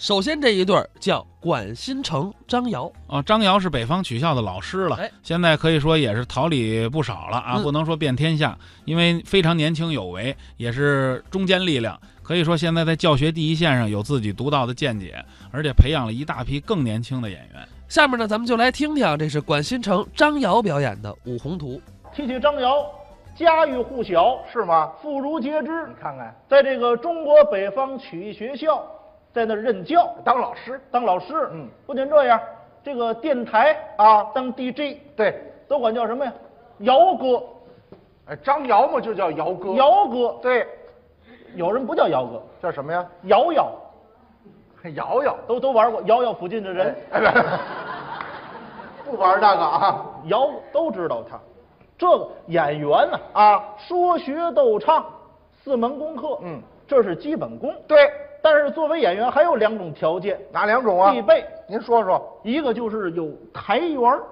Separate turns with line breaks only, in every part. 首先这一对儿叫管新城、张瑶，
哦，张瑶是北方曲校的老师了
哎，
现在可以说也是桃李不少了啊，
嗯
不能说遍天下，因为非常年轻有为，也是中坚力量，可以说现在在教学第一线上有自己独到的见解，而且培养了一大批更年轻的演员。
下面呢，咱们就来听听啊这是管新城、张瑶表演的《五红图》。
提起张瑶，家喻户晓，
是吗？
妇孺皆知
你。看看，
在这个中国北方曲艺学校，在那儿任教
当老师，
当老师，
嗯，
不仅这样，这个电台
啊
当 DJ，
对，
都管叫什么呀？姚哥，
哎，张瑶嘛就叫瑶哥，
姚哥，
对，
有人不叫姚哥，
叫什么呀？
瑶瑶，
瑶瑶，
都都玩过瑶瑶附近的人，
哎，不不玩那个啊
姚都知道他。这个演员呢、
啊，
说学逗唱四门功课，
嗯，
这是基本功。
对，
但是作为演员还有两种条件
哪两种啊？
必备，
您说说，
一个就是有台缘儿，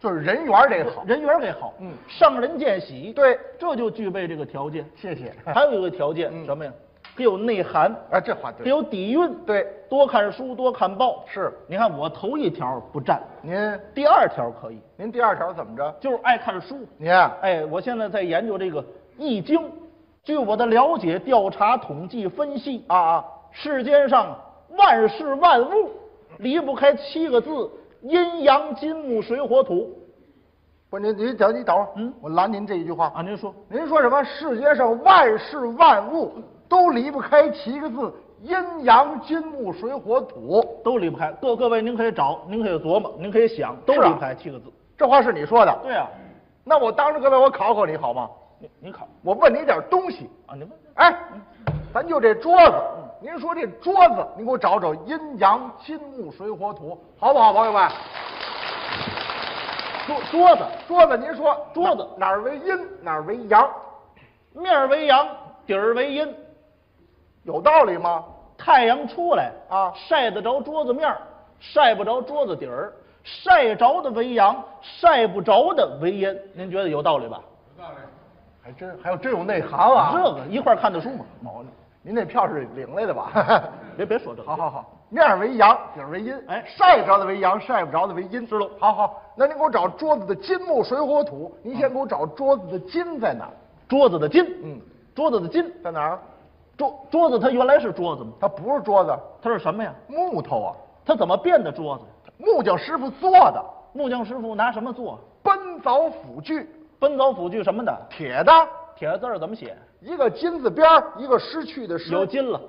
就是人缘得好，
人缘儿给好，
嗯
上人见喜，
对，
这就具备这个条件。
谢谢。
还有一个条件、
嗯
什么呀？得有内涵，
哎，这话
得
对，
有底蕴，
对，
多看书，多看报。
是
你看我头一条不占，
您
第二条可以，
您第二条怎么着？
就是爱看书。
您啊，
哎，我现在在研究这个《易经》，据我的了解、调查、统计、分析啊啊，世间上万事万物离不开七个字：阴阳金木水火土。
不，您您等你等会儿，
嗯
我拦您这一句话
啊，您说
您说什么？世界上万事万物都离不开七个字：阴阳金木水火土。
都离不开，各各位您可以找，您可以琢磨，您可以想，都
是啊
离不开七个字。
这话是你说的。
对啊，
那我当着各位，我考考你好吗？
你你考
我问你点东西。
啊，你问
哎，咱就这桌子，嗯您说这桌子，您给我找找阴阳金木水火土，好不好，朋友们？
桌桌子
桌子，您说
桌子
哪哪儿为阴，哪儿为阳，
面儿为阳，底儿为阴，
有道理吗？
太阳出来
啊
晒得着桌子面儿，晒不着桌子底儿，晒着的为阳，晒不着的为阴。您觉得有道理吧？
还真还有真有内涵啊！
这个一块儿看的书嘛。毛
您那票是领来的吧？
别别说这个，
好好好，面儿为阳，底儿为阴，
哎
晒着的为阳，晒不着的为阴，
知道
好好，那您给我找桌子的金木水火土，您先给我找桌子的金在哪儿？
桌子的金，
嗯，
桌子的金，
在哪儿？
桌桌子它原来是桌子吗？
它不是桌子，
它是什么呀？
木头啊，
它怎么变的桌子？
木匠师傅做的，
木匠师傅拿什么做？
奔凿斧锯，
奔凿斧锯什么的？
铁的，
铁字儿怎么写？
一个金字边儿，一个失去的失。
有金了，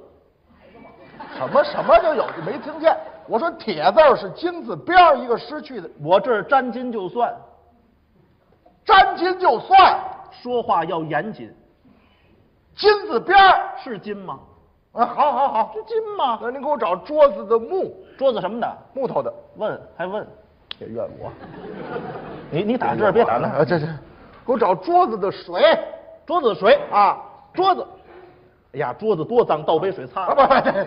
什么什么就有？没听见？我说铁字儿是金字边儿，一个失去的，
我这儿沾金就算，
沾金就算，
说话要严谨，
金字边儿。
是金吗？
啊，好好好
是，金吗？
那您给我找桌子的木，
桌子什么的？
木头的。
问还问，
别怨我，
你你打这儿别打那
啊
儿，
这这，给我找桌子的水
桌子水啊，
啊！
桌子，哎呀，桌子多脏，倒杯水擦
啊不
了。
不，不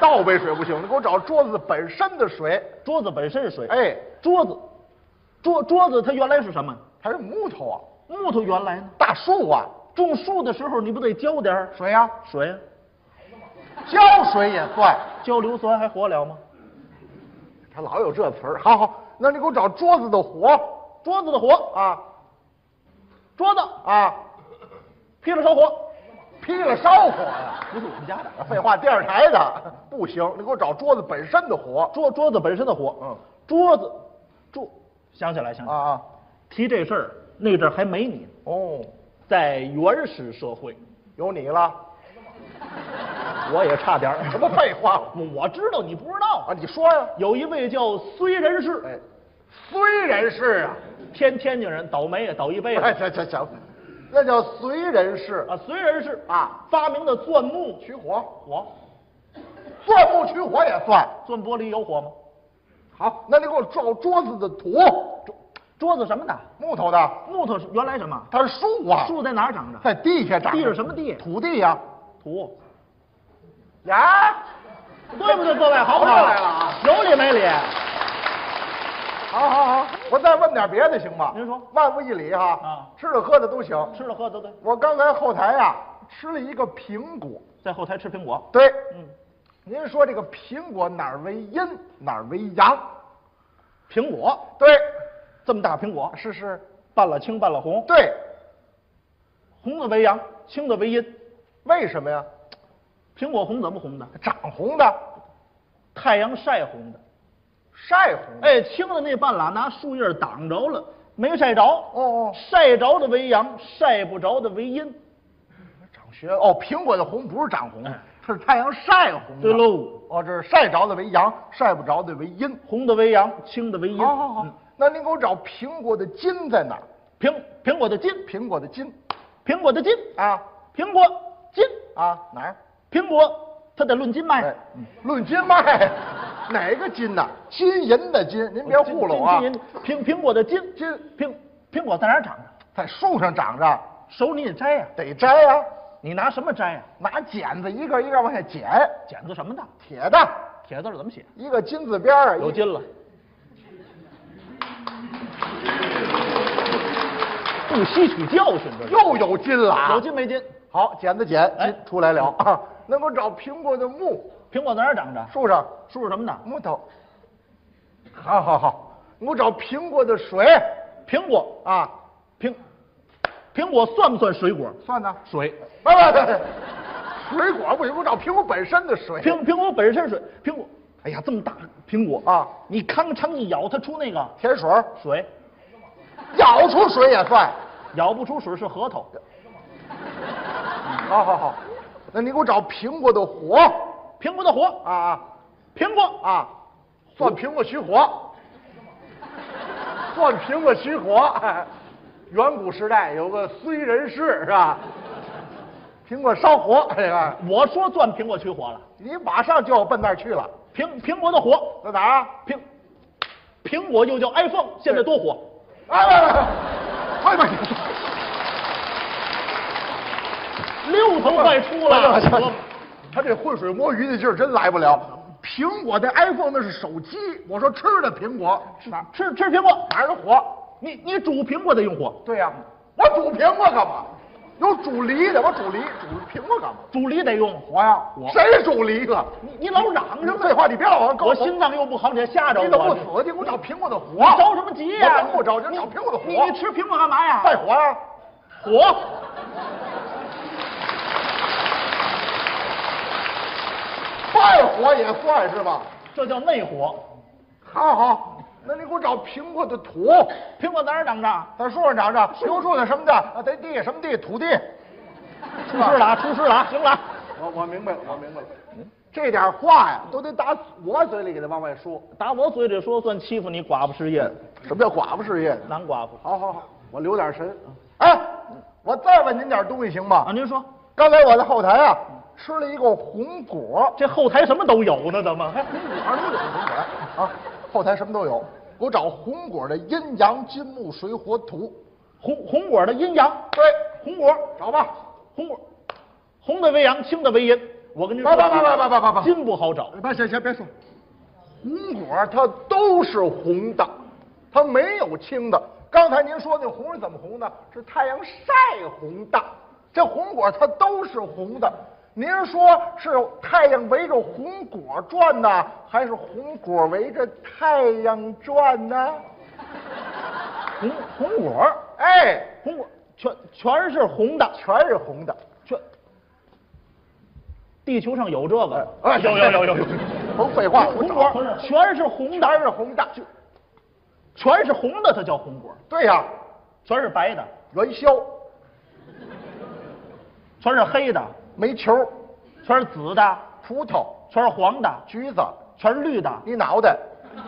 倒杯水不行，你给我找桌子本身的水。
桌子本身是水，
哎，
桌子，桌桌子它原来是什么？
还是木头啊，
木头原来呢？
大树啊，哎
种树的时候你不得浇点儿
水呀、
水啊？
浇水也算。
浇硫酸还活了吗？
他老有这词儿。好好，那你给我找桌子的火
桌子的火，
啊
桌子
啊，
劈了烧火，
劈了烧火呀、
不是我们家的，
废话，电视台的不行，你给我找桌子本身的火
桌桌子本身的火，
嗯，
桌子，桌，想起来想起
啊
来，
啊！
提这事儿那阵儿还没你呢，
哦，
在原始社会，
有你了，
我也差点儿。
什么废话
我知道你不知道
啊？你说呀、
有一位叫睢人氏，
哎，虽然是啊，
天天津人，倒霉啊，倒一辈子。
哎，这这这，那叫随人事
啊，睢人氏
啊，
发明的钻木取
取火，
火，
钻木取火也算。
钻玻璃有火吗？
好，那你给我找桌子的土，
桌子什么的？
木头的，
木头是原来什么？
它是树啊，
树在哪儿长着？
在地下长着。
地是什么地
土地呀、
土，
呀，
对不对？各位，好不好？
又来了啊！
有理没理？
好好好，我再问点别的行吗？
您说
万无一理哈。
啊
吃的喝的都行。
吃了喝的对，
啊我刚才后台呀、吃了一个苹果，
在后台吃苹果。
对，
嗯，
您说这个苹果哪儿为阴，哪儿为阳？
苹果
对，
这么大苹果，
是是，
半了青半了红，
对，
红的为阳，青的为阴。
为什么呀？
苹果红怎么红的？
长红的，
太阳晒红的。
晒红的。，
哎，青的那半拉拿树叶挡着了，没晒着。
哦哦
晒着的为阳，晒不着的为阴。
长学哦，苹果的红不是长红，是太阳晒红
哎
的。
对喽，
哦，这是晒着的为阳，晒不着的为阴。
红的为阳，青的为阴。
好好好，
嗯
那您给我找苹果的茎在哪儿？
苹苹果的茎，
苹果的茎
苹果的茎，
啊
苹果茎
啊哪儿？
苹果它得论斤卖。
哎，嗯论斤卖，哪个斤呐？金银的金，您别糊弄啊！
金金金苹苹果的金金苹苹果在哪儿长的？
在树上长着，
手你得摘呀、
得摘啊，
你拿什么摘呀、
拿剪子一个一个往下剪，
剪子什么的？
铁的，
铁字儿怎么写？
一个金字边儿，
有
一
筋了。不吸取教训，这是
又有金了啊！
有筋没筋？
好，剪子剪，
哎
金出来了啊！能够找苹果的木，
苹果在哪儿长着？
树上
树是什么的？
木头。好好好，能够找苹果的水
苹果
啊，
苹苹果算不算水果？
算呢。
水。
不不不，水果不行，给我找苹果本身的水。
苹苹果本身是水，苹果，哎呀，这么大苹果
啊
你吭哧一咬，它出那个
甜水儿，
水，
咬出水也算。
咬不出水是核桃。
好好好，那你给我找苹果的火
苹果的火
啊，啊
苹果啊，
啊，算苹果取火，算苹果取火。远古时代有个燧人氏是吧？苹果烧火，这个
我说钻苹果取火了，
你马上就要奔那儿去了，
苹苹果的火，
在哪儿啊？
苹苹果又叫 iPhone，现在多火，
哎喂喂喂，快点！
六头快出了，我
他这浑水摸鱼的劲儿真来不了。苹果的 iPhone 那是手机，我说吃的苹果是哪儿？
吃吃苹果，
哪儿的火？
你你煮苹果得用火，
对呀、我煮苹果干嘛？有煮梨的，我煮梨煮苹果干嘛？
煮梨得用火
我呀，谁煮梨了？
你你老嚷
你
什
这
么？
废话，你别老往高
我心脏又不好，你还吓着
你怎么
我
不？死？你给我找苹果的火！
你着什么急呀、
我等不着你找苹果的火
你你吃苹果干嘛呀？
快火呀、
火。
快火也算是吧？
这叫内火。
好好，那你给我找苹果的土，
苹果在哪儿长着？
在树上长着，苹果的什么的，啊在地什么地，土地。
出事了啊，出事了啊，行了啊。
我我明白了，我明白了。嗯这点话呀，都得打我嘴里给他往外说。
打我嘴里说算欺负你寡妇失业的，
什么叫寡妇事业？
男寡妇。
好好好，我留点神。哎，我再问您点东西行吗？
啊，您说
刚才我在后台啊吃了一个红果，
这后台什么都有呢？怎么？哎
哪儿都有红果啊？后台什么都有，给我找红果的阴阳金木水火土。
红红果的阴阳，
对，
红果，
找吧。
红果，红的为阳，青的为阴。我跟您说，
不不不不不不不不
金不好找。
别行行，别说，红果它都是红的，它没有青的。刚才您说那红是怎么红的？是太阳晒红的。这红果它都是红的。您说是太阳围着红果转呢，还是红果围着太阳转呢？
红红果，
哎，
红果全全是红的，
全是红的。
全。地球上有这个？
哎
啊有有有有有。
甭废话，我
红
找
果全是红的，
全是红的。
全是红的，它叫红果；
对呀、
全是白的，
元宵
全是黑的，
煤球、
全是紫的，
葡萄、
全是黄的，
橘子，
全是绿的。
你脑袋。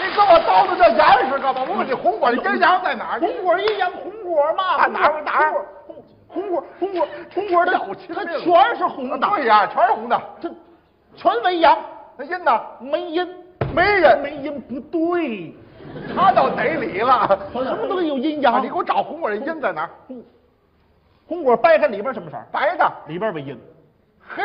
你跟我叨叨这严实干嘛？我问你红果，你跟羊在哪儿？
红果一样，红果嘛，
啊哪儿哪儿
红红果，红果，红果，
小
它
气
它
命啊
全是红的，
对呀、全是红的。
它全为阳，
那阴呢？
没阴，
没人，
没阴不对，
他到哪里了？
什么东西有阴
啊
阳？
你给我找红果的阴在哪儿？
红红果掰开里边什么色儿？
白的。
里边为阴，
嘿，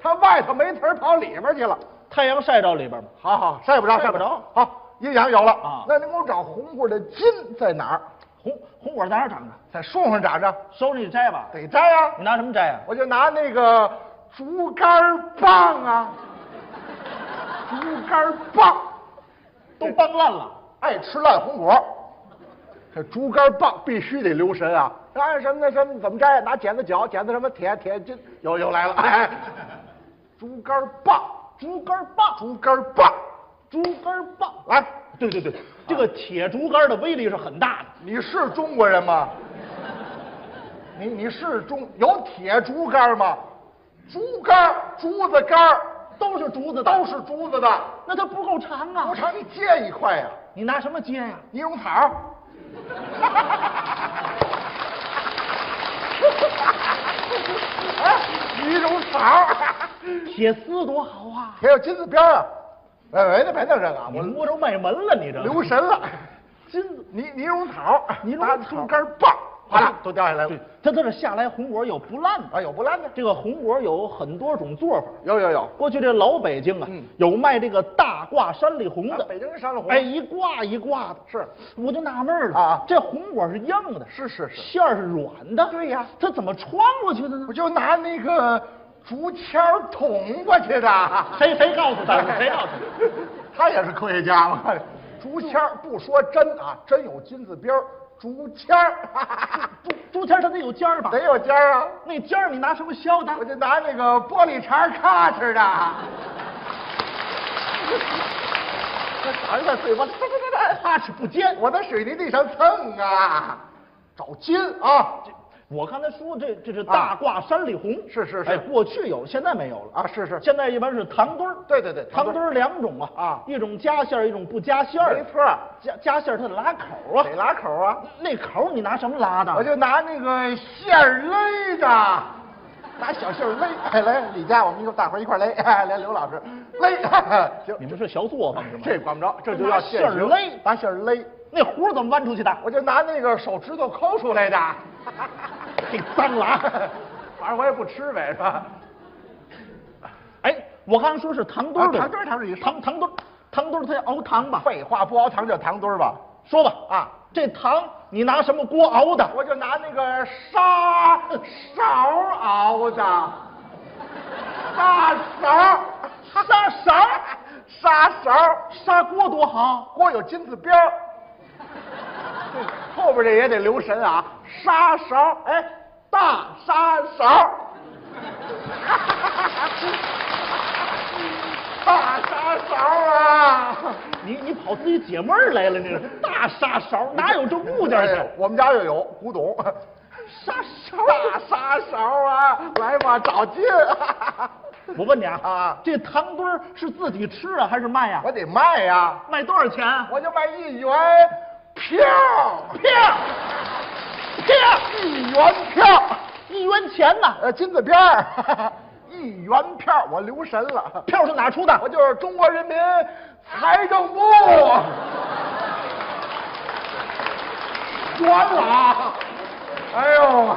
他外头没词儿跑里边去了。
太阳晒着里边嘛，
好好，晒不着，
晒不
晒不
着
着。好，阴阳有了
啊
那您给我找红果的金在哪儿？
红红果在哪儿长的？
在树上长着，
手里摘吧。
得摘啊
你！拿什么摘呀、
我就拿那个竹竿棒啊，竹竿棒，
都崩烂了。
爱吃烂红果。这竹竿棒必须得留神啊！那按什么那什么怎么摘？啊拿剪子绞，剪子什么铁铁这又又来了，哎，竹竿棒，
竹竿棒，
竹竿棒，
竹竿棒。
来，
对对对，这个铁竹竿的威力是很大的。
你是中国人吗？你你是中有铁竹竿吗？竹竿、竹子竿
都是竹子的，
都是竹子的，
那它不够长啊！
我尝你借一块呀、
你拿什么接呀、
尼龙草。 哎，尼龙草，
铁丝多好啊！
还有金字边儿啊！哎，喂，那别弄这个啊，
你
我
摸着脉门了，你这
留神了。
金子
尼尼龙草，嗯
尼龙
拿
草
竹竿棒，哗啦都掉下来了
对。，它这是下来红哎果有不烂的。
啊，有不烂的，
这个红果有很多种做法。
有有有。
过去这老北京啊，
嗯
有卖这个大挂山里红的，
啊北京人山里红
哎，一挂一挂的。
是，
我就纳闷了
啊
这红果是硬的，
是是是，
馅儿是软的。
对呀
它怎么穿过去的呢
我？就拿那个竹签儿捅过 去的。
谁谁告 诉咱的？谁告诉咱的？
他也是科学家嘛。竹签儿不说真啊，真有金字边儿，竹签儿
竹竹签儿它得有尖儿吧？
得有尖儿啊。
那尖儿你拿什么削的？
我就拿那个玻璃碴儿咔哧的，啊
这肠在嘴巴， 哒哒哒哒，哈哧不尖。
我在水泥地上蹭啊，找金啊。
我刚才说这这是大挂山里红，
是是是
哎，过去有，现在没有了
啊是是
现在一般是糖墩儿，
对对对
糖
糖
墩
墩
儿两种啊，
啊
一种加馅儿，一种不加馅儿，
没错儿
加加馅儿它得拉口啊，
得拉 口啊，
那口你拿什么拉的？
我就拿那个线儿勒的，拿小线儿勒。哎，来，李佳，我们一个大伙儿一块儿勒。 哎，来，刘老师勒。 行，
你们是小作坊是吗？
这管不着，这就叫
拿馅儿
行
勒
拿线儿勒。
那弧儿怎么弯出去的？
我就拿那个手指头抠出来的，
这脏了啊。
反正我也不吃呗，是吧？
哎，我刚才说是糖墩儿的，
啊糖墩儿糖墩儿也是
糖糖墩儿，糖墩儿它要熬糖吧？
废话，不熬糖就糖墩儿吧。
说吧
啊，
这糖你拿什么锅熬的？
我就拿那个砂勺熬的，砂勺，
砂勺，
砂勺，
砂锅多好，
锅有金字边儿，对 后边这也得留神啊。砂勺，哎，大砂 勺，大砂勺啊！
你你跑自己解闷儿来了，你这大砂勺哪有这物件
哎
儿？
我们家就有古董，
砂勺，
大沙勺啊，来吧，找劲！
我问你啊，
啊
这糖墩儿是自己吃啊还是卖呀、
我得卖呀、
卖多少钱？啊
我就卖一元票，
票，票，
一元票，
一元钱呐、
呃，金字边儿， 一元票，我留神了，
票是哪出的？
我就是中国人民财政部，冤了啊！哎呦，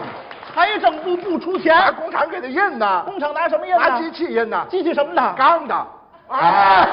财政部不出钱，
拿工厂给他印呢，
工厂拿什么印呢？
拿机器印呢，
机器什么的？
钢的，哎。